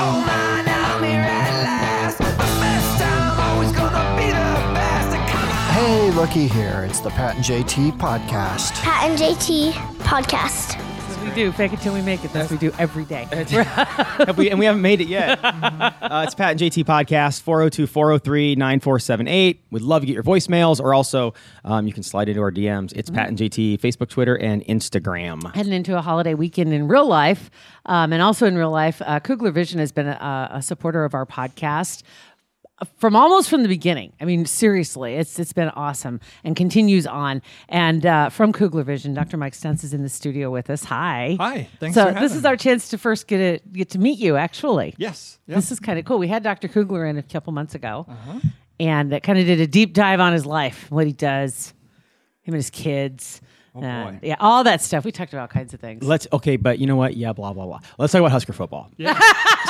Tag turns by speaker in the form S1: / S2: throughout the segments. S1: Oh man, I'm here at last. The best time, always gonna be the best. Come on.
S2: Hey, looky here. It's the Pat and JT podcast.
S3: Pat and JT podcast.
S4: We do fake it till we make it. That's what we do every day.
S5: Have we- and we haven't made it yet. Uh, it's Pat and JT Podcast, 402 403 9478. We'd love to get your voicemails, or also um, you can slide into our DMs. It's Pat and JT, Facebook, Twitter, and Instagram.
S4: Heading into a holiday weekend in real life, um, and also in real life, uh, Kugler Vision has been a, a supporter of our podcast uh, from almost from the beginning. I mean, seriously, it's it's been awesome and continues on. And uh, from Kugler Vision, Dr. Mike Stentz is in the studio with us. Hi,
S6: Hi. Thanks
S4: So
S6: for
S4: this
S6: having
S4: is
S6: me.
S4: our chance to first get a, get to meet you. Actually,
S6: Yes. Yeah. Uh-huh.
S4: This is kind of cool. We had Dr. Kugler in a couple months ago, and that kind of did a deep dive on his life, what he does, him and his kids,
S6: Oh,
S4: and yeah, all that stuff. We talked about all kinds of things.
S5: Let's, okay, but you know what? Yeah, blah, blah, blah. Let's talk about Husker football.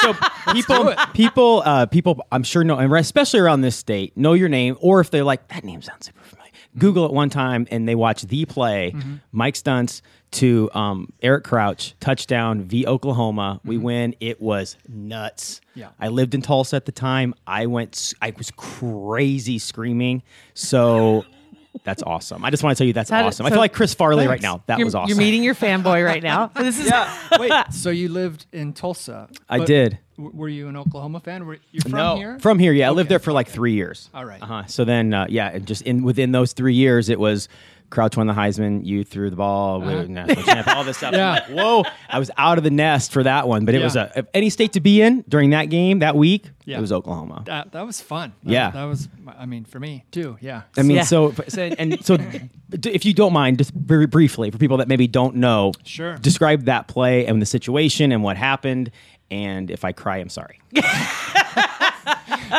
S5: so people, people, uh, people, I'm sure know, and especially around this state, know your name, or if they're like, that name sounds super familiar.
S4: Mm-hmm.
S5: Google it one time and they watch the play, Mike Stunts to um, Eric Crouch, touchdown v Oklahoma. We
S4: Mm-hmm.
S5: win. It was nuts.
S6: Yeah.
S5: I lived in Tulsa at the time. I went, s- I was crazy screaming. So that's awesome. I just want to tell you that's
S4: How did-
S5: awesome. I
S4: so-
S5: feel like Chris Farley right
S6: Thanks.
S5: now. That
S4: you're,
S5: was awesome.
S4: You're meeting your fanboy right now. This is
S6: Uh, Wait. So you lived in Tulsa?
S5: I
S6: but
S5: did.
S6: w- were you an Oklahoma fan? Were you from here?
S5: From here, yeah. I lived there for like three years.
S6: All right.
S5: Uh-huh. So then, uh, yeah, and just in within those three years, it was Crouch won the Heisman, you threw the ball, we- national champ, all this stuff.
S6: Uh-huh. Yeah.
S5: I'm like, Whoa, I was out of the nest for that one. But it
S6: Yeah.
S5: was a if any state to be in during that game that week.
S6: Yeah.
S5: It was Oklahoma.
S6: That, that was fun. That-
S5: Yeah.
S6: That was. I mean, for me too. Yeah.
S5: I mean,
S4: Yeah.
S5: so, so- and so, d- if you don't mind, just very briefly for people that maybe don't know,
S6: Sure.
S5: describe that play and the situation and what happened. And if I cry, I'm sorry.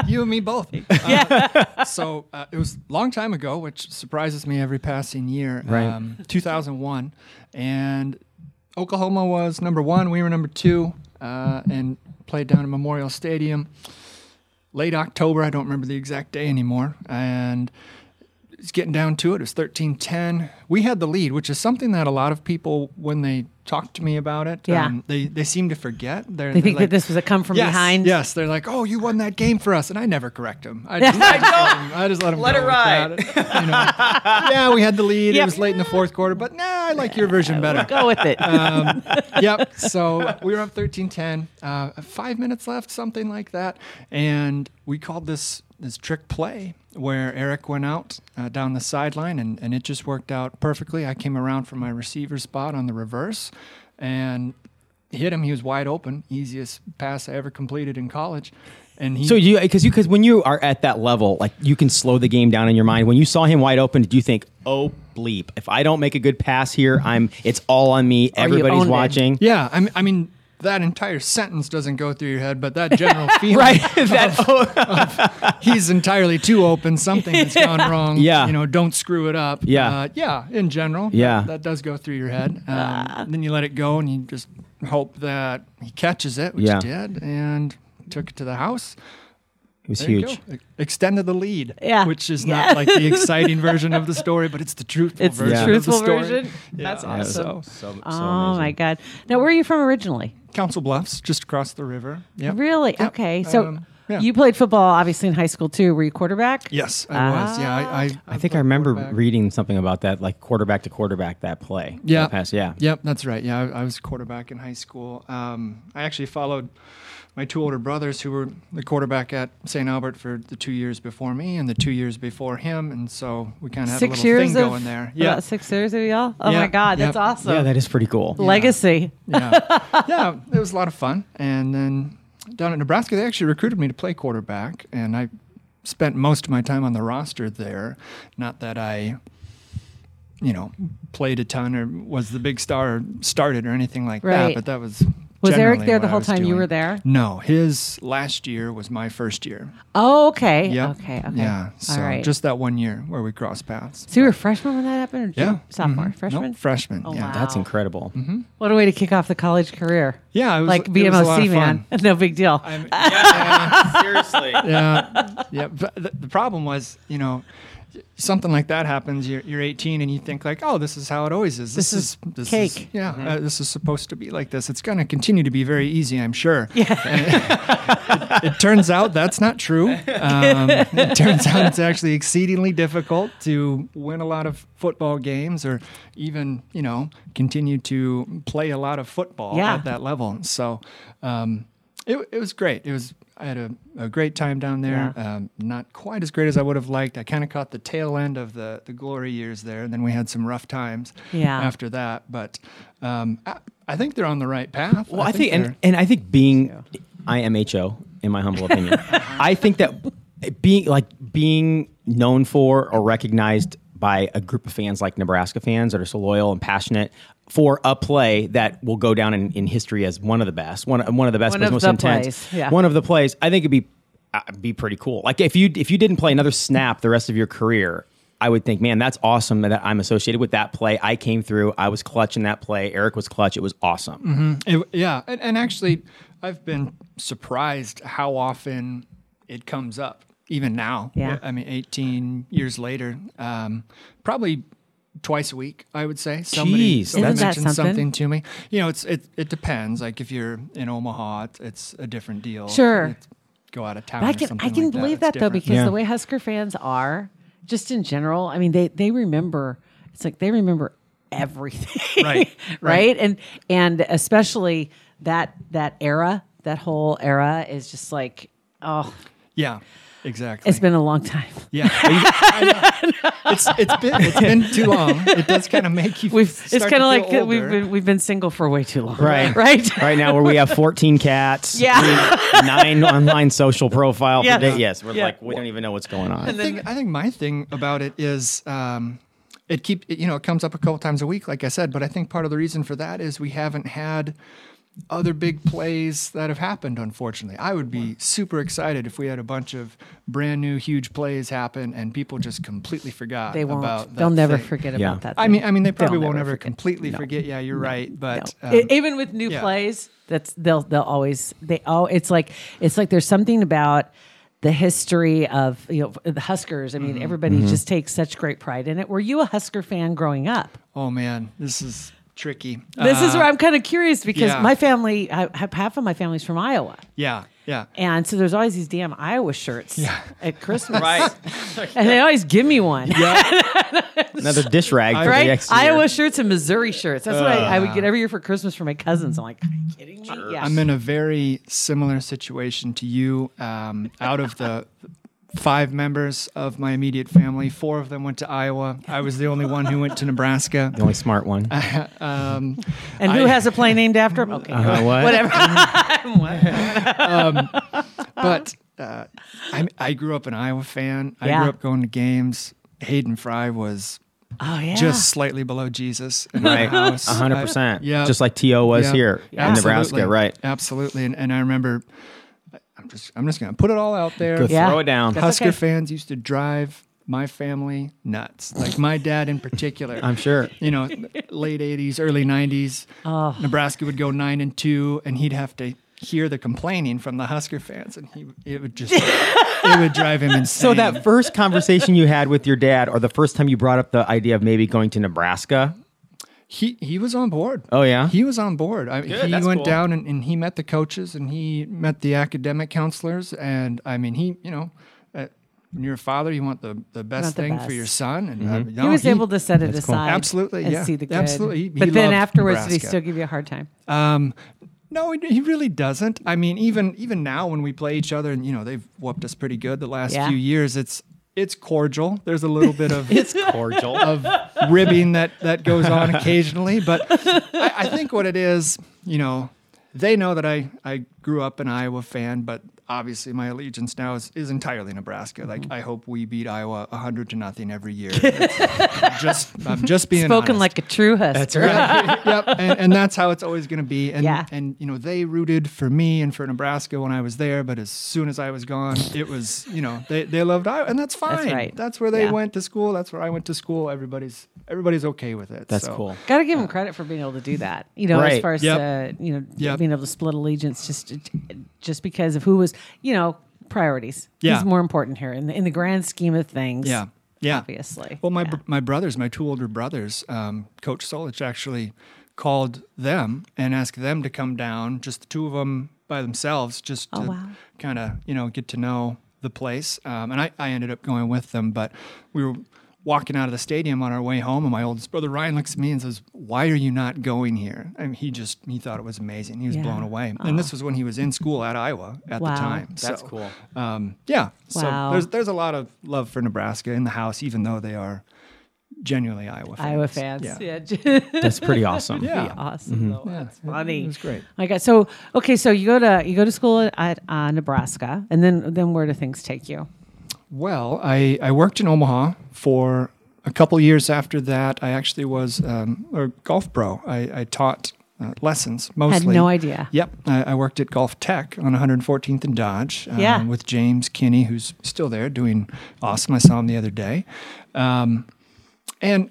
S6: you and me both. Uh, so uh, it was a long time ago, which surprises me every passing year. Um,
S5: Right.
S6: 2001, and Oklahoma was number one. We were number two, uh, and played down at Memorial Stadium. Late October, I don't remember the exact day anymore, and it's getting down to it. It was 13 10. We had the lead, which is something that a lot of people, when they talk to me about it, um,
S4: Yeah.
S6: they, they seem to forget. They're,
S4: they think that this was a come from
S6: yes,
S4: behind.
S6: Yes, they're like, "Oh, you won that game for us," and I never correct them. I just, I just, I just let them let it ride. you know, yeah, we had the lead.
S4: Yep.
S6: It was late in the fourth quarter, but nah, I like your version better.
S4: Go with it.
S6: Um, yep. So we were up 13-10, uh, five minutes left, something like that, and we called this this trick play where Eric went out uh, down the sideline, and, and it just worked out perfectly. I came around from my receiver spot on the reverse, and hit him. He was wide open, easiest pass I ever completed in college, and he.
S5: So you because you because when you are at that level, like you can slow the game down in your mind. When you saw him wide open, did you think, "Oh bleep! If I don't make a good pass here, I'm it's all on me.
S4: you
S5: Everybody's
S4: owned it.
S5: watching."
S6: yeah, I mean, I mean that entire sentence doesn't go through your head, but that general feeling.
S5: Right. that, oh,
S6: he's entirely too open. Something has gone wrong.
S5: Yeah.
S6: You know, don't screw it up.
S5: Yeah.
S6: Uh, yeah, in general.
S5: Yeah. Ah.
S6: That, that does go through your head. Um, Then you let it go and you just hope that he catches it, which
S5: Yeah.
S6: he did, and took it to the house.
S5: it was
S6: There you
S5: huge.
S6: go. E- Extended the lead,
S4: Yeah.
S6: which is not like the exciting version of the story, but it's the truthful
S4: it's the
S6: version.
S4: truthful
S6: of the story.
S4: version.
S6: Yeah.
S4: That's awesome.
S5: So, so
S4: oh my god! Now, where are you from originally?
S6: Council Bluffs, just across the river. Yeah.
S4: Really?
S6: Yep.
S4: Okay. So
S6: Um, yeah.
S4: you played football, obviously, in high school too. Were you quarterback?
S6: Yes, I was. Yeah, I. I
S5: Ah, I think I remember reading something about that, like quarterback to quarterback that play.
S6: Yeah.
S5: That pass, yeah.
S6: Yep, that's right. Yeah, I, I was quarterback in high school. Um, I actually followed my two older brothers who were the quarterback at St. Albert for the two years before me and the two years before him, and so we kind of had a
S4: Six
S6: little
S4: years
S6: thing
S4: of
S6: going there.
S4: about six years of y'all. Oh
S6: Yeah.
S4: my god, that's
S6: Yep.
S4: awesome.
S5: Yeah, that is pretty cool.
S4: Legacy.
S6: yeah. yeah, it was a lot of fun. And then down at Nebraska, they actually recruited me to play quarterback, and I spent most of my time on the roster there. Not that I, you know, played a ton or was the big star or started or anything like
S4: Right.
S6: that, but that was
S4: Was Eric
S6: generally
S4: there the
S6: what I
S4: whole
S6: was
S4: time you
S6: doing.
S4: were there?
S6: No, his last year was my first year.
S4: Oh, okay.
S6: Yep.
S4: Okay. Okay.
S6: Yeah. So
S4: All right.
S6: just that one year where we crossed paths.
S4: so you were a freshman when that happened? Or
S6: Yeah.
S4: junior- Sophomore.
S6: Mhm. Nope,
S4: Freshman. Oh,
S6: freshman. yeah.
S4: wow.
S5: That's incredible.
S4: What a way to kick off the college career.
S6: Yeah, it was-
S4: like
S6: it was a lot
S4: BMOC
S6: of
S4: man. No big deal.
S5: Seriously.
S6: yeah, yeah. But the, the problem was, you know, something like that happens. You're, you're 18 and you think like, oh, this is how it always is. This,
S4: is
S6: this
S4: cake. Mm-hmm.
S6: Is, yeah, uh, this is supposed to be like this. It's going to continue to be very easy, I'm sure. Yeah. it, it turns out that's not true. Um, it turns out it's actually exceedingly difficult to win a lot of football games or even, you know, continue to play a lot of football
S4: Yeah.
S6: at that level. So, um, it, it was great. It was I had a, a great time down there. Um, not quite as great as I would have liked. I kind of caught the tail end of the the glory years there, and then we had some rough times
S4: Yeah.
S6: after that. But um, I, I think they're on the right path.
S5: Well, I think, and,
S6: they're-
S5: and I think being IMHO, in my humble opinion, I think that being like being known for or recognized by a group of fans like Nebraska fans that are so loyal and passionate for a play that will go down in, in history as one of the best, one one of the best,
S4: One
S5: but
S4: of
S5: most
S4: the
S5: intense,
S4: plays, yeah.
S5: one of the plays. I think it'd be uh, be pretty cool. Like if you if you didn't play another snap the rest of your career. I would think, man, that's awesome that I'm associated with that play. I came through. I was clutch in that play. Eric was clutch. It was awesome.
S6: It, yeah, and, and actually, I've been surprised how often it comes up, even now.
S4: Yeah.
S6: I mean, 18 years later, um, probably twice a week, I would say.
S5: Jeez,
S6: Somebody, somebody
S4: Isn't that
S6: mentions
S4: something?
S6: something to me. You know, it's it, it depends. Like if you're in Omaha, it's, it's a different deal.
S4: Sure.
S6: It's- go out of town.
S4: But I
S6: or
S4: can
S6: something
S4: I can
S6: like
S4: believe
S6: It's
S4: that, though
S6: different.
S4: because
S5: Yeah.
S4: the way Husker fans are, just in general, I mean they they remember. It's like they remember everything,
S6: Right,
S4: right?
S6: right.
S4: And and especially that that era, that whole era is just like oh,
S6: yeah, exactly.
S4: it's been a long time.
S6: yeah. I know. it's it's been it's been too long. It does kind of make you.
S4: We've
S6: start
S4: it's
S6: to
S4: kind of
S6: feel
S4: like that we've
S6: older.
S4: been we've been single for way too long,
S5: Right.
S4: Right.
S5: right now where we have 14 cats
S4: Yeah.
S5: three- nine online social profile
S4: Yeah.
S5: for date. yes we're
S4: Yeah.
S5: like we don't even know what's going on
S6: I think, I think my thing about it is um, it keep it, you know it comes up a couple times a week, like I said. But I think part of the reason for that is we haven't had other big plays that have happened. Unfortunately, I would be super excited if we had a bunch of brand new huge plays happen and people just completely forgot.
S4: They won't.
S6: About that
S4: They'll never
S6: thing.
S4: forget
S5: Yeah.
S4: about that.
S6: I
S4: thing.
S6: mean, I mean, they probably
S4: They'll
S6: won't
S4: never
S6: ever
S4: forget.
S6: completely forget. Yeah, you're right. But
S4: No.
S6: um,
S4: E- even with new
S6: yeah.
S4: plays, that's they'll they'll always they all it's like it's like there's something about the history of you know the Huskers. I mean, everybody
S5: Mm-hmm.
S4: just takes such great pride in it. Were you a Husker fan growing up?
S6: oh man, this is tricky.
S4: This is
S6: Uh,
S4: where I'm kind of curious because
S6: yeah.
S4: my family, I, ha- half of my family's from Iowa,
S6: yeah, yeah.
S4: and so there's always these damn Iowa shirts at Christmas, right? and they always give me one.
S5: another dish rag for
S4: right?
S5: the next year.
S4: Iowa shirts and Missouri shirts. That's what I, I would get every year for Christmas for my cousins. I'm like, are you kidding me? Yeah.
S6: I'm in a very similar situation to you. Um, out of the five members of my immediate family, four of them went to Iowa. I was the only one who went to Nebraska.
S5: the only smart one Uh-huh.
S6: Um,
S4: and who
S6: I-
S4: has a plane named after him? Okay.
S5: Uh, what?
S4: Whatever.
S6: but uh, I, I grew up an Iowa fan. I
S4: Yeah.
S6: grew up going to games. Hayden Fry was
S4: Oh yeah.
S6: just slightly below Jesus in our
S5: right
S6: house.
S5: 100%
S6: I- yeah.
S5: just like to was
S6: Yeah.
S5: here in
S6: Absolutely.
S5: nebraska right
S6: Absolutely. And, and I remember, I'm just I'm just gonna put it all out there.
S5: Go
S4: Yeah.
S5: throw it down
S4: That's
S6: Um, Husker
S4: okay.
S6: fans used to drive my family nuts. Like my dad in particular.
S5: i'm sure
S6: You know, late '80s, early '90s. Nebraska would go nine and two, and he'd have to hear the complaining from the Husker fans, and he it would just it would drive him insane.
S5: so that first conversation you had with your dad or the first time you brought up the idea of maybe going to nebraska
S6: He he was on board.
S5: Oh, yeah?
S6: he was on board. I, he
S5: that's
S6: went
S5: cool.
S6: down and, and he met the coaches and he met the academic counselors and I mean he you know. Uh, when you're a father, you want the, the best
S4: want the
S6: thing
S4: best. Mm-hmm.
S6: for your son, and uh, no,
S4: he was able to set it aside.
S6: Absolutely,
S4: And
S6: yeah.
S4: see the good.
S6: Absolutely. He- he
S4: but then
S6: loved
S4: afterwards, did he
S6: Nebraska.
S4: still give you a hard time?
S6: Um, no, he, he really doesn't. I mean, even even now when we play each other, and you know they've whooped us pretty good the last
S4: Yeah.
S6: few years. It's it's cordial. There's a little bit of
S5: it's cordial
S6: of ribbing that that goes on occasionally, but I, I think what it is, you know, they know that I I grew up an Iowa fan, but obviously my allegiance now is, is entirely Nebraska.
S4: Mm-hmm.
S6: Like I hope we beat Iowa hundred to nothing every year. It's- just I'm just being
S4: Spoken
S6: honest.
S4: like a true husker. That's right.
S6: yep, and, and that's how it's always going to be. And
S4: Yeah.
S6: and you know they rooted for me and for Nebraska when I was there, but as soon as I was gone, it was you know they, they loved Iowa, and that's fine.
S4: right.
S6: That's where they
S4: Yeah.
S6: went to school. That's where I went to school. Everybody's everybody's okay with it.
S5: That's
S6: so.
S5: cool.
S4: Got to give him credit for being able to do that. You know, as
S5: Right.
S4: far as
S6: Yep.
S4: uh, you know,
S6: Yep.
S4: being able to split allegiance just just because of who was, you know, priorities.
S6: Yeah.
S4: He's more important here in the in the grand scheme of things.
S6: Yeah. Yeah.
S4: obviously.
S6: Well, my br- my brothers, my two older brothers, um, Coach Solich actually called them and asked them to come down, just the two of them by themselves, just to
S4: Oh, wow.
S6: kind of you know get to know the place. Um, and I, I ended up going with them, but we were walking out of the stadium on our way home, and my oldest brother Ryan looks at me and says, "Why are you not going here?" And he just he thought it was amazing. He was
S4: Yeah.
S6: blown away. And this was when he was in school at Iowa at
S4: Wow.
S6: the time.
S5: That's
S6: So,
S5: cool.
S6: Um, yeah.
S4: Wow.
S6: So there's there's a lot of love for Nebraska in the house, even though they are genuinely Iowa fans.
S4: Iowa fans.
S6: Yeah. Mm-hmm.
S4: Yeah.
S5: That's pretty awesome.
S6: Yeah.
S4: awesome though. That's funny.
S6: It was great.
S4: I got so okay. So you go to you go to school at uh, Nebraska, and then then where do things take you?
S6: Well, I, I worked in Omaha for a couple years after that. I actually was um, a golf pro. I, I taught uh, lessons mostly.
S4: no idea.
S6: Yep. I, I worked at Golf Tech on 114th and Dodge um,
S4: Yeah.
S6: with James Kinney, who's still there doing awesome. I saw him the other day. Um, and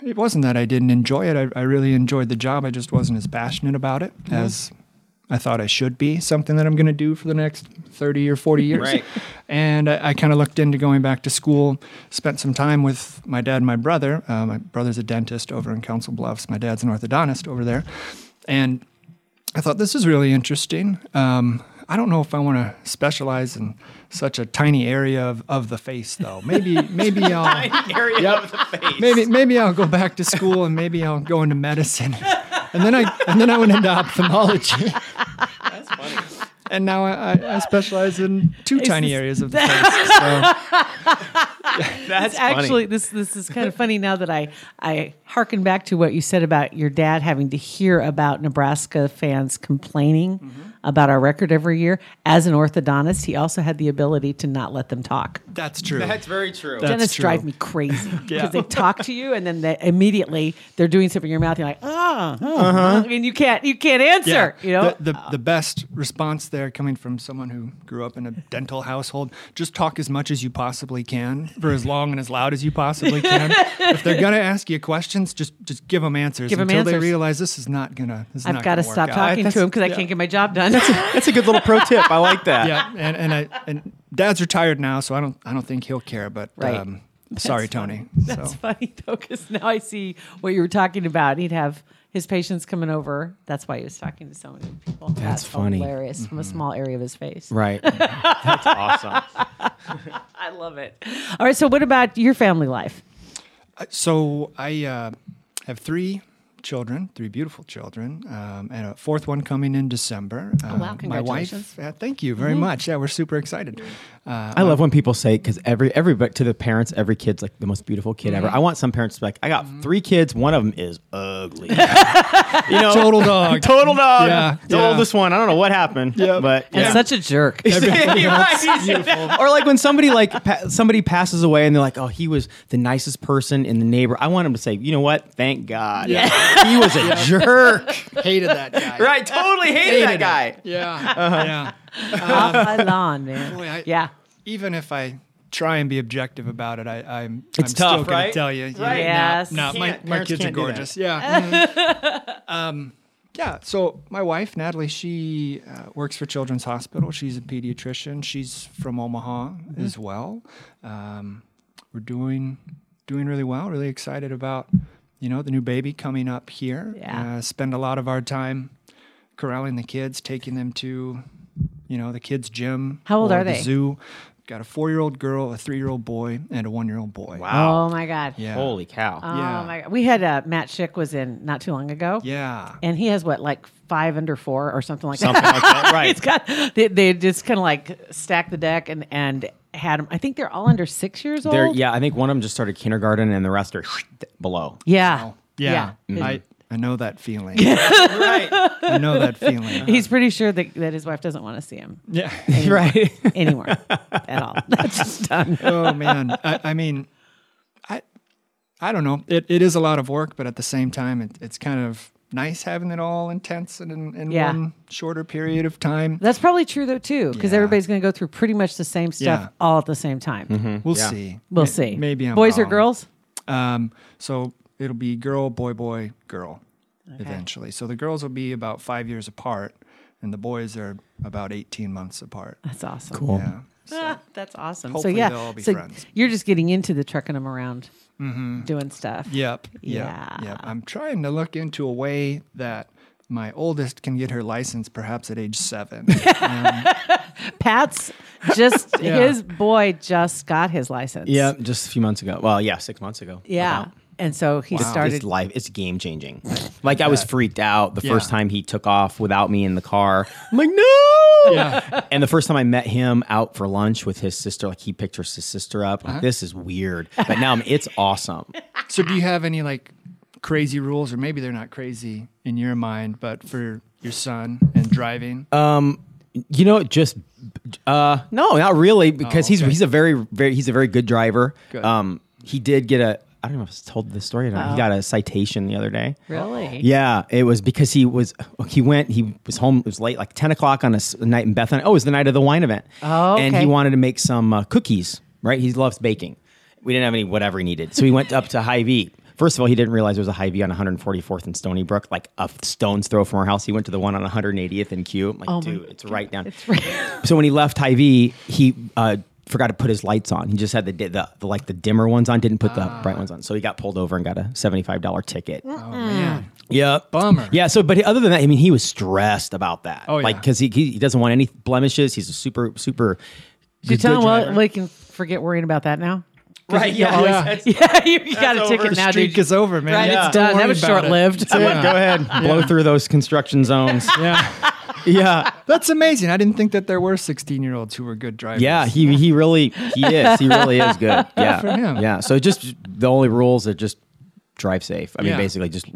S6: it wasn't that I didn't enjoy it. I, I really enjoyed the job. I just wasn't as passionate about it as I thought I should be. Something that I'm going to do for the next 30 or 40 years.
S5: Right.
S6: And I, I kind of looked into going back to school. Spent some time with my dad and my brother. Uh, my brother's a dentist over in Council Bluffs. My dad's an orthodontist over there. And I thought this is really interesting. Um, I don't know if I want to specialize in such a tiny area of, of the face, though. Maybe, maybe I'll
S5: Area of the face.
S6: maybe maybe I'll go back to school and maybe I'll go into medicine. And then I and then I went into ophthalmology. That's funny. And now I, I, I specialize in two tiny
S4: this-
S6: areas of the face. So,
S5: That's funny.
S4: actually this this is kind of funny now that I I hearken back to what you said about your dad having to hear about Nebraska fans complaining
S6: Mm-hmm.
S4: about our record every year. As an orthodontist, he also had the ability to not let them talk.
S6: that's true.
S5: That's very true.
S6: That's
S4: Dentists
S6: true.
S4: drive me crazy because
S6: Yeah.
S4: they talk to you and then they, immediately they're doing something in your mouth. You're like, ah, oh,
S6: Uh-huh.
S4: uh and you can't you can't answer. You know,
S6: the, the, the best response there coming from someone who grew up in a dental household just talk as much as you possibly can for as long and as loud as you possibly can if they're going to ask you questions just just give them answers
S4: Give 'em
S6: until
S4: answers.
S6: they realize this is not going to
S4: I've got to stop talking to him because I can't get my job done.
S5: That's a good little pro tip. I like that.
S6: yeah, and and I and Dad's retired now, so I don't I don't think he'll care. But
S4: Right.
S6: um, sorry, Tony.
S4: That's
S6: so
S4: funny though, because now I see what you were talking about. He'd have his patients coming over. That's why he was talking to so many people. That's,
S5: funny.
S4: Hilarious from a small area of his face.
S5: Right. That's awesome.
S4: I love it. All right. So, what about your family life?
S6: so I uh, have three children, three beautiful children, um, and a fourth one coming in December. Uh,
S4: Oh, wow, congratulations. Mm-hmm.
S6: My wife, uh, thank you very much. Yeah, we're super excited. Uh,
S5: I love when people say because every every but to the parents, every kid's like the most beautiful kid
S6: Mm-hmm.
S5: ever. I want some parents to be like, I got three kids, one of them is ugly. you know,
S6: Total dog.
S5: total dog.
S6: Yeah,
S5: the
S6: yeah.
S5: oldest one. I don't know what happened, but
S4: I'm such a jerk.
S5: or like when somebody like pa- somebody passes away and they're like, oh, he was the nicest person in the neighbor. I want him to say, you know what? Thank God, he was a jerk.
S6: hated that guy.
S5: Right? Totally hated, that guy.
S6: Yeah. Yeah.
S4: Off my lawn, man.
S6: Boy, I-
S4: yeah.
S6: Even if I. Try and be objective about it. I, I'm.
S5: It's
S6: I'm
S5: tough,
S6: still gonna
S5: right?
S6: Tell you, you
S5: Right.
S4: Yes.
S6: No, my,
S5: Can't.
S6: my
S5: Parents
S6: kids are
S5: can't do that.
S6: gorgeous. Yeah. Mhm. um, yeah. So my wife, Natalie, she uh, works for Children's Hospital. She's a pediatrician. She's from Omaha
S5: Mm-hmm.
S6: as well. Um, we're doing doing really well. Really excited about you know the new baby coming up here.
S4: Yeah.
S6: Uh, spend a lot of our time corralling the kids, taking them to you know the kids' gym.
S4: How old
S6: or
S4: are
S6: the
S4: they?
S6: Zoo. Got a four-year-old girl, a three-year-old boy, and a one-year-old boy.
S4: Oh my god.
S6: Yeah.
S5: Holy cow.
S4: Oh my god. We had uh, Matt Schick was in not too long ago.
S6: Yeah.
S4: And he has what like five under four or something like that.
S5: Something like that, right?
S4: it's got they, they just kind of like stacked the deck and and had them. I think they're all under six years old.
S5: They're, yeah, I think one of them just started kindergarten and the rest are below.
S4: yeah,
S6: Yeah.
S4: yeah.
S6: I, I know that feeling.
S5: right.
S6: I know that feeling.
S4: He's pretty sure that, that his wife doesn't want to see him
S6: Yeah.
S5: right.
S4: anywhere at all. That's just done.
S6: oh man. I, I mean, I I don't know. It it is a lot of work, but at the same time, it, it's kind of nice having it all intense and in, in
S4: Yeah.
S6: one shorter period of time.
S4: That's probably true though too, because
S6: Yeah.
S4: everybody's going to go through pretty much the same stuff
S6: Yeah.
S4: all at the same time.
S6: We'll see.
S4: Mm-hmm. We'll
S6: Ma-
S4: see.
S6: Maybe I'm
S4: boys or
S6: wrong.
S4: girls.
S6: Um, so it'll be girl, boy, boy, girl, eventually. So the girls will be about five years apart, and the boys are about eighteen months apart.
S4: That's awesome.
S5: Cool.
S6: Yeah. So
S4: That's awesome.
S6: Hopefully
S4: so yeah,
S6: they'll all be
S4: so
S6: friends.
S4: you're just getting into the trucking them around, doing stuff.
S6: Yep. Yep.
S4: Yeah.
S6: Yep. I'm trying to look into a way that my oldest can get her license perhaps at age seven. Um,
S4: Pat's just
S6: Yeah.
S4: his boy just got his license.
S5: Yeah, just a few months ago. Well, yeah, six months ago.
S4: Yeah.
S5: about.
S4: And so he started.
S5: It's life. It's game changing. Like I was freaked out the
S6: Yeah.
S5: first time he took off without me in the car. I'm like, no.
S6: Yeah.
S5: And the first time I met him out for lunch with his sister, like he picked her his sister up. Like, This is weird, but now I'm- it's awesome.
S6: so do you have any like crazy rules, or maybe they're not crazy in your mind, but for your son and driving?
S5: You know, just uh, no, not really, because he's
S6: okay.
S5: he's a very very he's a very good Uh-huh. driver.
S6: Good.
S5: Um, he did get a I don't know if I told this story. Or not. He got a citation the other day.
S4: Really?
S5: Yeah, it was because he was he went he was home it was late like ten o'clock on a s- night in Bethany. Oh, it was the night of the wine event.
S4: Oh,
S5: and
S4: okay.
S5: he wanted to make some uh, cookies. Right, he loves baking. We didn't have any whatever he needed, so he went up to High V. First of all, he didn't realize there was a High V on 144th and Stony Brook, like a f- stone's throw from our house. He went to the one on 180th and Q. I'm like,
S4: Oh
S5: dude, it's right down. so when he left High V, he uh, forgot to put his lights on. He just had the, di- the, the like the dimmer ones on, didn't put the bright ones on. So he got pulled over and got a $75 ticket.
S6: Ah. oh man.
S5: Yeah.
S6: Bummer.
S5: Yeah. So, but other than that, I mean, he was stressed about that.
S6: Oh, yeah.
S5: Like, because he, he he doesn't want any blemishes. He's a super, super.
S4: Did you
S5: good-
S4: tell
S5: good
S4: him well,
S5: driver.
S4: we can forget worrying about that now?
S5: Right. Yeah.
S6: always-
S5: yeah.
S4: Yeah, you, you got a
S5: over.
S4: ticket
S5: The
S4: now,
S6: Streak
S4: dude.
S6: is over, man.
S4: Right,
S5: Yeah.
S4: it's done.
S6: Don't
S4: That
S6: worry
S4: was
S6: about it.
S4: short lived.
S6: Yeah.
S5: Go ahead, blow through those construction zones.
S6: Yeah.
S5: yeah.
S6: That's amazing. I didn't think that there were 16 year olds who were good drivers.
S5: Yeah, he he really he is. He really is good. Yeah.
S6: for him.
S5: Yeah. So just the only rules are just drive safe. I mean
S6: Yeah.
S5: basically just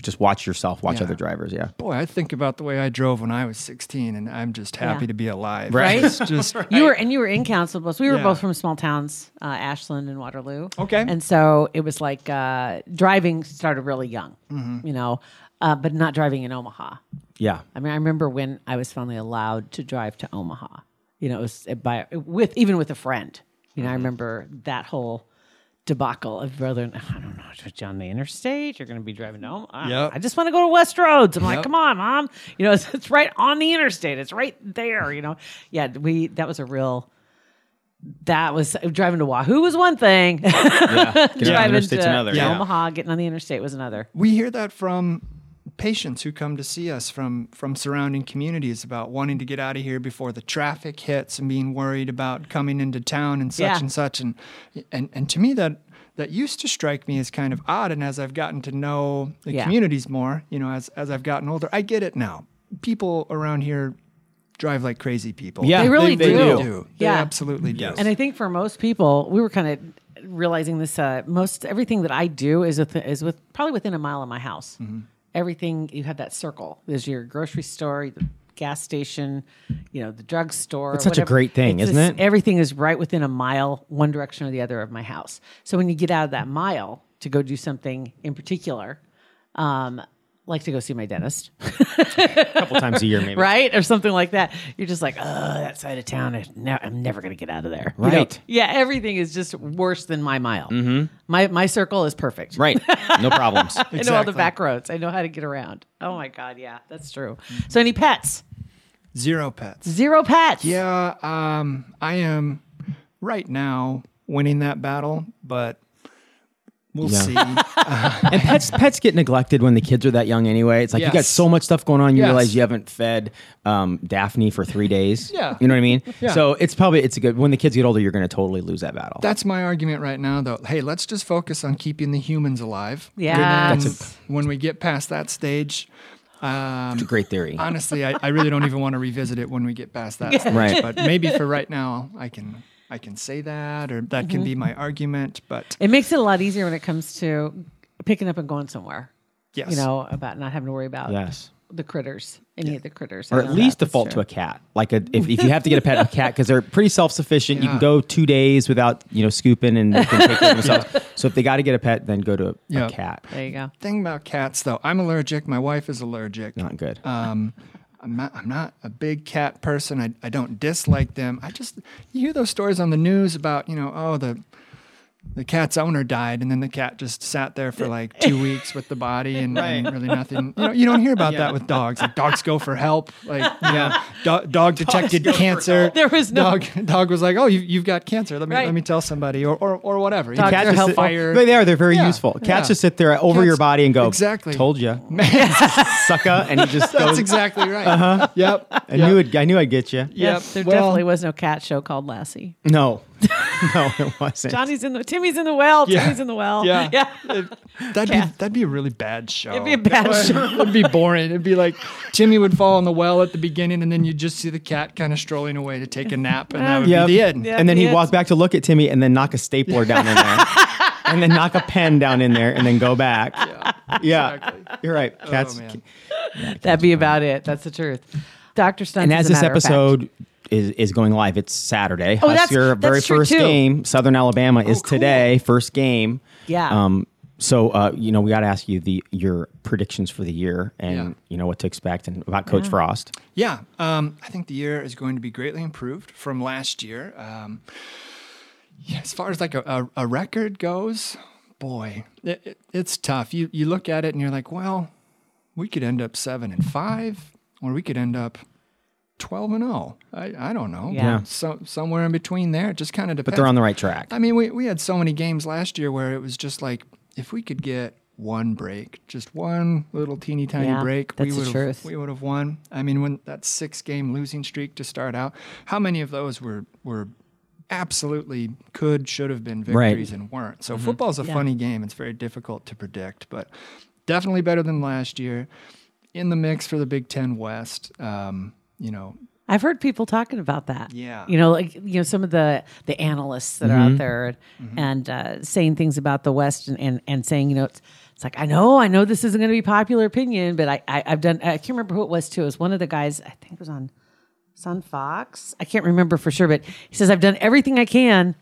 S5: just watch yourself, watch
S6: Yeah.
S5: other drivers, yeah.
S6: Boy, I think about the way I drove when I was 16, and I'm just happy
S4: Yeah.
S6: to be alive.
S5: Right.
S6: It's just
S4: You were and you were in Council Bluffs. We were
S6: Yeah.
S4: both from small towns, uh, Ashland and Waterloo.
S6: Okay.
S4: and so it was like uh, driving started really young,
S6: Mm-hmm.
S4: you know, uh, but not driving in Omaha.
S5: Yeah.
S4: I mean, I remember when I was finally allowed to drive to Omaha. You know, it was by with even with a friend. You
S6: Mm-hmm.
S4: know, I remember that whole debacle of brother. I don't know, it's on the interstate. You're going to be driving to Omaha.
S6: Yep.
S4: I just want to go to West Roads. I'm like,
S6: Yep.
S4: come on, mom. You know, it's, it's right on the interstate. It's right there. You know, yeah. We that was a real. That was driving to Wahoo was one thing.
S5: Get on the
S4: driving
S5: interstate's
S4: to
S5: another.
S4: to
S5: Yeah.
S4: Omaha, getting on the interstate was another.
S6: we hear that from patients who come to see us from from surrounding communities about wanting to get out of here before the traffic hits and being worried about coming into town and such
S4: Yeah.
S6: and such and and and to me that that used to strike me as kind of odd and as I've gotten to know the
S4: Yeah.
S6: communities more, you know, as as I've gotten older, I get it now. People around here drive like crazy people.
S5: Yeah,
S4: They really
S6: They
S4: do.
S6: do. They
S4: Yeah.
S6: absolutely do.
S4: Mm-hmm. And I think for most people, we were kind of realizing this. Uh, most everything that I do is with, is with probably within a mile of my house.
S5: Mm-hmm.
S4: Everything you have that circle. There's your grocery store, the gas station, you know, the drugstore.
S5: It's such a great thing, isn't
S4: just-
S5: it?
S4: Everything is right within a mile, one direction or the other of my house. So when you get out of that mile to go do something in particular, um, like to go see my dentist,
S5: A couple times a year maybe.
S4: right, or something like that, you're just like, oh, that side of town. is ne- I'm never going to get out of there. You know,
S5: Right.
S4: yeah, everything is just worse than my mile. My my circle is perfect.
S5: Right. No problems.
S4: I know all the
S6: Exactly.
S4: back roads. I know how to get around. Oh my god, yeah, that's true. So any pets?
S6: Zero pets.
S4: Zero pets.
S6: Yeah, um, I am right now winning that battle, but we'll
S5: Yeah.
S6: see.
S5: and pets pets get neglected when the kids are that young anyway. It's like you got
S6: Yes.
S5: so much stuff going on, you
S6: Yes.
S5: realize you haven't fed um, Daphne for three days.
S6: Yeah.
S5: You know what I mean?
S6: Yeah.
S5: So it's probably it's a good when the kids get older, you're gonna totally lose that battle.
S6: That's my argument right now, though. Hey, let's just focus on keeping the humans alive.
S4: Yeah.
S6: And
S4: That's
S6: when we get past that stage, um,
S5: It's a great theory.
S6: honestly, I, I really don't even want to revisit it when we get past that stage.
S5: Right.
S6: But maybe for right now, I can I can say that, or that
S4: Mm-hmm.
S6: can be my argument. But
S4: It makes it a lot easier when it comes to picking up and going somewhere.
S6: Yes.
S4: You know, about not having to worry about
S5: Yes.
S4: the critters, any of the critters.
S5: or at least default to a cat. Like a, if, if you have to get a pet, a cat because they're pretty self sufficient. You can
S6: Yeah.
S5: go two days without you know scooping and they can take care of themselves. So if they got to get a pet, then go to a,
S6: Yeah.
S5: a cat.
S4: There you go.
S6: Thing about cats, though, I'm allergic. My wife is allergic.
S5: Not good.
S6: Um, I'm not. I'm not a big cat person. I, I don't dislike them. I just you hear those stories on the news about you know oh the the cat's owner died and then the cat just sat there for like two weeks with the body and, and really nothing. You know you don't hear about that with dogs. Like dogs go for help. Like you know, do- dog detected cancer.
S4: There was no-
S6: dog. Dog was like oh you you've got cancer. Let me
S4: Right.
S6: let me tell somebody or or, or whatever.
S4: Dogs
S5: Cats
S4: are
S5: just sit- Oh,
S4: helpful.
S5: They they are. They're very
S6: Yeah,
S5: useful. Cats
S6: yeah.
S5: just sit there over your
S6: Cats-
S5: body and go.
S6: Exactly.
S5: Told you, sucker. And he just
S6: That's
S5: goes.
S6: exactly right. Uh-huh. Yep.
S5: I knew it. I knew I'd get you.
S6: Yep.
S4: There
S6: Well-
S4: definitely was no cat show called Lassie.
S5: No, no, it wasn't.
S4: Johnny's in the Timmy's in the well.
S6: Yeah.
S4: Timmy's in the well.
S6: Yeah.
S4: yeah.
S6: That'd
S4: Yeah.
S6: be that'd be a really bad show.
S4: It'd be a bad show.
S6: It'd be boring. It'd be like Timmy would fall in the well at the beginning, and then you'd just see the cat kind of strolling away to take a nap, and that would
S5: Yep.
S6: be the end.
S4: Yeah.
S5: And then
S4: the
S5: he'd
S4: end.
S5: walk back to look at Timmy and then knock a stapler down in there. and then knock a pen down in there and then go back. Yeah. You're right. Cats.
S6: Oh, man.
S4: That'd be about it. That's the truth. Dr. Stunt.
S5: and
S4: is
S5: as
S4: a
S5: this
S4: matter of fact.
S5: episode is, is going live, it's Saturday.
S4: Oh,
S5: Husk,
S4: that's-
S5: your
S4: that's
S5: very
S4: true,
S5: first
S4: too. Oh,
S5: game, Southern Alabama, is today. First game.
S4: Yeah.
S5: Um, so uh, you know we got to ask you the your predictions for the year and
S6: Yeah.
S5: you know what to expect and about Coach Frost.
S6: Yeah, um, I think the year is going to be greatly improved from last year. Um, yeah, as far as like a, a, a record goes, boy, it, it- it's tough. You you look at it and you're like, well, we could end up seven and five, or we could end up twelve and zero. I, I don't know.
S4: Yeah.
S6: So, somewhere in between there, it just kind of
S5: But
S6: depends.
S5: they're on the right track.
S6: I mean, we, we had so many games last year where it was just like, if we could get one break, just one little teeny tiny
S4: Yeah,
S6: break,
S4: that's
S6: we
S4: the
S6: would
S4: truth.
S6: have we would have won. I mean, when that six game losing streak to start out, how many of those were were absolutely could should have been
S5: Right.
S6: victories and weren't?
S4: Mm-hmm.
S6: So football's a funny game. It's very difficult to predict, but definitely better than last year. In the mix for the Big Ten West, um, you know,
S4: I've heard people talking about that.
S6: Yeah.
S4: You know, like you know, some of the the analysts that
S5: Mm-hmm.
S4: are out there and uh, saying things about the West and and, and saying, you know, it's, it's like I know, I know this isn't going to be popular opinion, but I, I I've done. I can't remember who it was too. It was one of the guys. I think it was on it's on Fox. I can't remember for sure, but he says I've done everything I can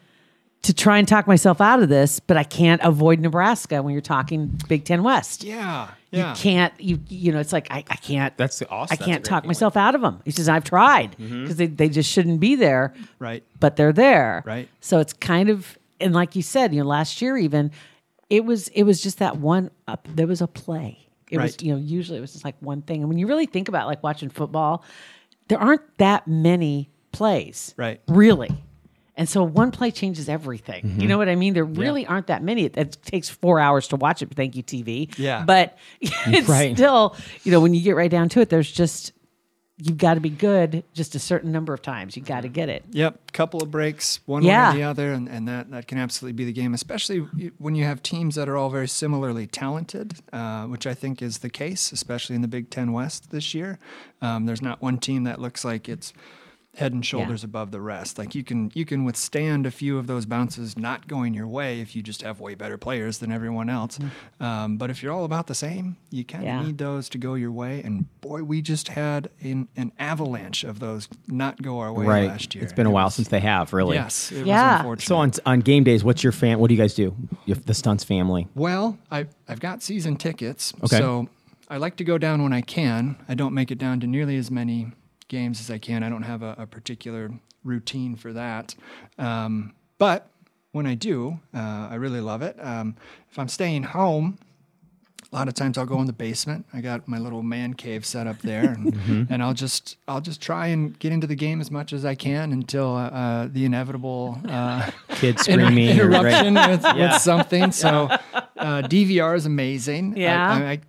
S4: to try and talk myself out of this, but I can't avoid Nebraska when you're talking Big Ten West.
S6: yeah, yeah,
S4: You can't. You you know, it's like I, I can't.
S5: That's awesome.
S4: I
S5: That's a
S4: can't
S5: great Mm-hmm.
S4: talk
S5: feeling.
S4: myself out of them. He says I've tried because they, they just shouldn't be there,
S6: right,
S4: but they're there.
S6: Right.
S4: So it's kind of and like you said, you know, last year even it was it was just that one up. There was a play. It was
S6: Right.
S4: you know usually it was just like one thing. And when you really think about like watching football, there aren't that many plays.
S6: Right.
S4: Really. And so one play changes everything.
S6: Mm-hmm.
S4: You know what I mean? There really aren't that many. It, it takes four hours to watch it. Thank you, TV.
S6: Yeah.
S4: But it's
S5: Right.
S4: still, you know, when you get right down to it, there's just, you've got to be good just a certain number of times. you got
S6: Mm-hmm.
S4: to get it.
S6: Yep, couple of breaks, one
S4: Yeah.
S6: way or the other, and, and that, that can absolutely be the game, especially y- when you have teams that are all very similarly talented, uh, which I think is the case, especially in the Big Ten West this year. Um, there's not one team that looks like it's head and shoulders above the rest. Like you can you can withstand a few of those bounces not going your way if you just have way better players than everyone else. Um, but if you're all about the same, you kind of
S4: Mm-hmm. Yeah.
S6: need those to go your way. And boy, we just had an, an avalanche of those not go our way
S5: Right.
S6: last year.
S5: It's been a
S6: It
S5: while
S6: was-
S5: since they have really.
S6: Yes, it
S4: Yeah.
S6: was unfortunate.
S5: So on on game days, what's your fan? What do you guys do? If the stunts family.
S6: well, I I've got season tickets,
S5: Okay.
S6: so I like to go down when I can. I don't make it down to nearly as many games as I can. I don't have a, a particular routine for that, um, but when I do, uh, I really love it. Um, if I'm staying home, a lot of times I'll go in the basement. I got my little man cave set up there, and,
S5: Mm-hmm.
S6: and I'll just I'll just try and get into the game as much as I can until uh, uh, the inevitable. Uh,
S5: Kids screaming. or- right.
S6: interruption with, with something. So uh, DVR is amazing. I-
S4: Yeah.
S6: I, I-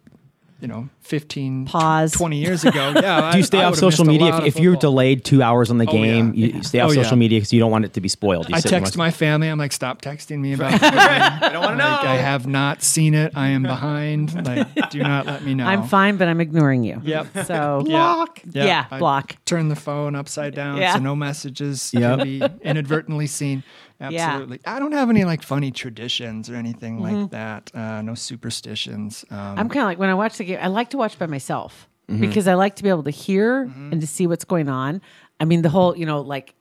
S6: you know, 15, tw-
S4: Pause.
S6: 20 years ago. Yeah.
S5: Do you stay off social media? If, if you're delayed two hours on the
S6: yeah.
S5: game, you you stay off
S6: Oh, yeah.
S5: social media because you don't want it to be spoiled. You
S6: I
S5: sit and
S6: text
S5: watch-
S6: my family. I'm like, stop texting me about. I don't want to know. I have not seen it. I am behind. Like, do not let me know.
S4: I'm fine, but I'm ignoring you.
S6: Yep.
S4: So
S6: Block.
S4: Yeah,
S6: Yeah. I-
S4: block.
S6: Turn the phone upside down
S4: Yeah.
S6: so no messages
S5: Yep.
S6: can be inadvertently seen. Absolutely. I don't have any like funny traditions or anything like that. Uh, no superstitions. Um,
S4: Mm-hmm. I'm kind of like when I watch the game, I like to watch by myself
S6: Mm-hmm.
S4: because I like to be able to hear and to see what's going on. I mean, the whole, you know, like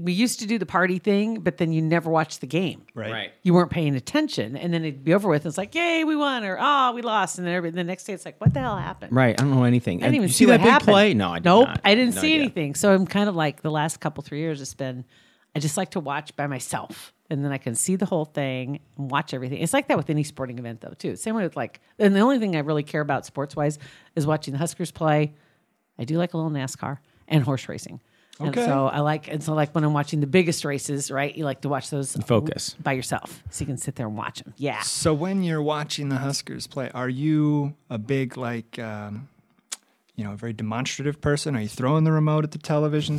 S4: we used to do the party thing, but then you never watched the game.
S6: right.
S5: Right.
S4: You weren't paying attention, and then it'd be over with. It's like, yay, we won, or ah, we lost, and then every, the next day it's like, what the hell happened?
S5: Right. I don't know anything.
S4: I didn't even
S5: you
S4: see,
S5: that
S4: what
S5: big
S4: happened.
S5: play? No, I did
S4: nope,
S5: not.
S4: I didn't
S5: No
S4: see
S5: idea.
S4: anything. So I'm kind of like the last couple three years. It's been I just like to watch by myself, and then I can see the whole thing and watch everything. It's like that with any sporting event though too. Same way with like, and the only thing I really care about sports wise is watching the Huskers play. I do like a little NASCAR and horse racing. And
S6: Okay.
S4: so I like, and so like when I'm watching the biggest races, right? You like to watch those
S5: focus.
S4: by yourself, so you can sit there and watch them. Yeah.
S6: So when you're watching the Huskers play, are you a big like, um, you know, a very demonstrative person? Are you throwing the remote at the television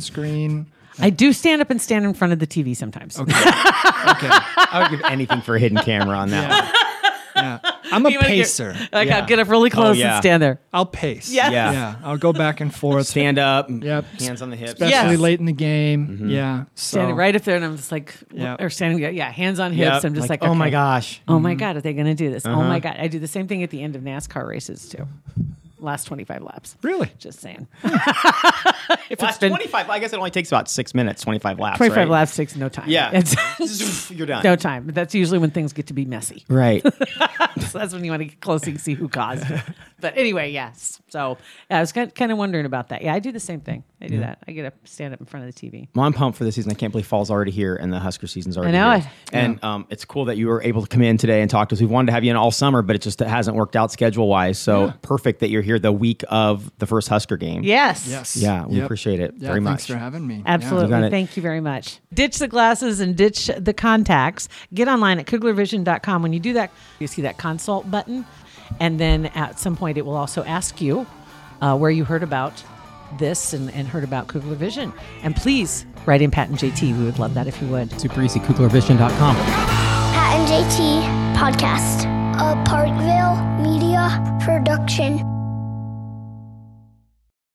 S6: screen?
S4: I do stand up and stand in front of the TV sometimes.
S6: Okay.
S5: I would give anything for a hidden camera on that. one.
S6: yeah. I'm a
S4: You wanna get-
S6: pacer.
S4: Like
S5: Yeah. Oh,
S4: I'll get up really close
S5: yeah.
S4: and stand there.
S6: I'll pace.
S4: Yes.
S5: Yeah.
S6: Yeah. I'll go back and forth.
S5: Stand up. Mm-hmm.
S6: Yep.
S5: Hands on the hips.
S6: Especially
S4: Yes.
S6: late in the game. Yeah. So
S4: standing right up there, and I'm just like,
S6: Yeah.
S4: or standing, yeah, hands on hips.
S5: Yep.
S4: I'm just like,
S5: oh my
S4: okay.
S5: gosh.
S4: oh my god, are they going to do this? Oh my god, I do the same thing at the end of NASCAR races too. Last 25 laps.
S6: Really?
S4: Just saying.
S5: If
S4: it's been-
S5: 25, I guess it only takes about six minutes, 25 laps.
S4: 25
S5: right?
S4: laps takes no time.
S5: Yeah.
S4: It's-
S5: You're done.
S4: no time. But that's usually when things get to be messy.
S5: Right.
S4: So that's when you want to get close and see who caused it. But anyway, yes. So yeah, I was kind of wondering about that. Yeah, I do the same thing. I do that. I get up, stand up in front of the TV.
S5: Well, I'm pumped for the season. I can't believe fall's already here and the Husker season's already
S4: know
S5: here. And um, it's cool that you were able to come in today and talk to us. We've wanted to have you in all summer, but it just hasn't worked out schedule wise. So perfect that you're here the week of the first Husker game.
S4: Yes.
S6: Yes.
S5: Yeah, we appreciate it
S6: Yeah,
S5: very
S6: Thanks
S5: much.
S6: for having me. Yeah.
S4: Absolutely.
S5: got it.
S4: Thank you very much. Ditch the glasses and ditch the contacts. Get online at kuglervision.com. When you do that, you see that consult button. And then at some point, it will also ask you uh, where you heard about this and, and heard about Kugler Vision. And please write in Pat and JT. We would love that if you would.
S5: Super easy, KuglerVision.com.
S3: Pat and JT Podcast, a Parkville media production.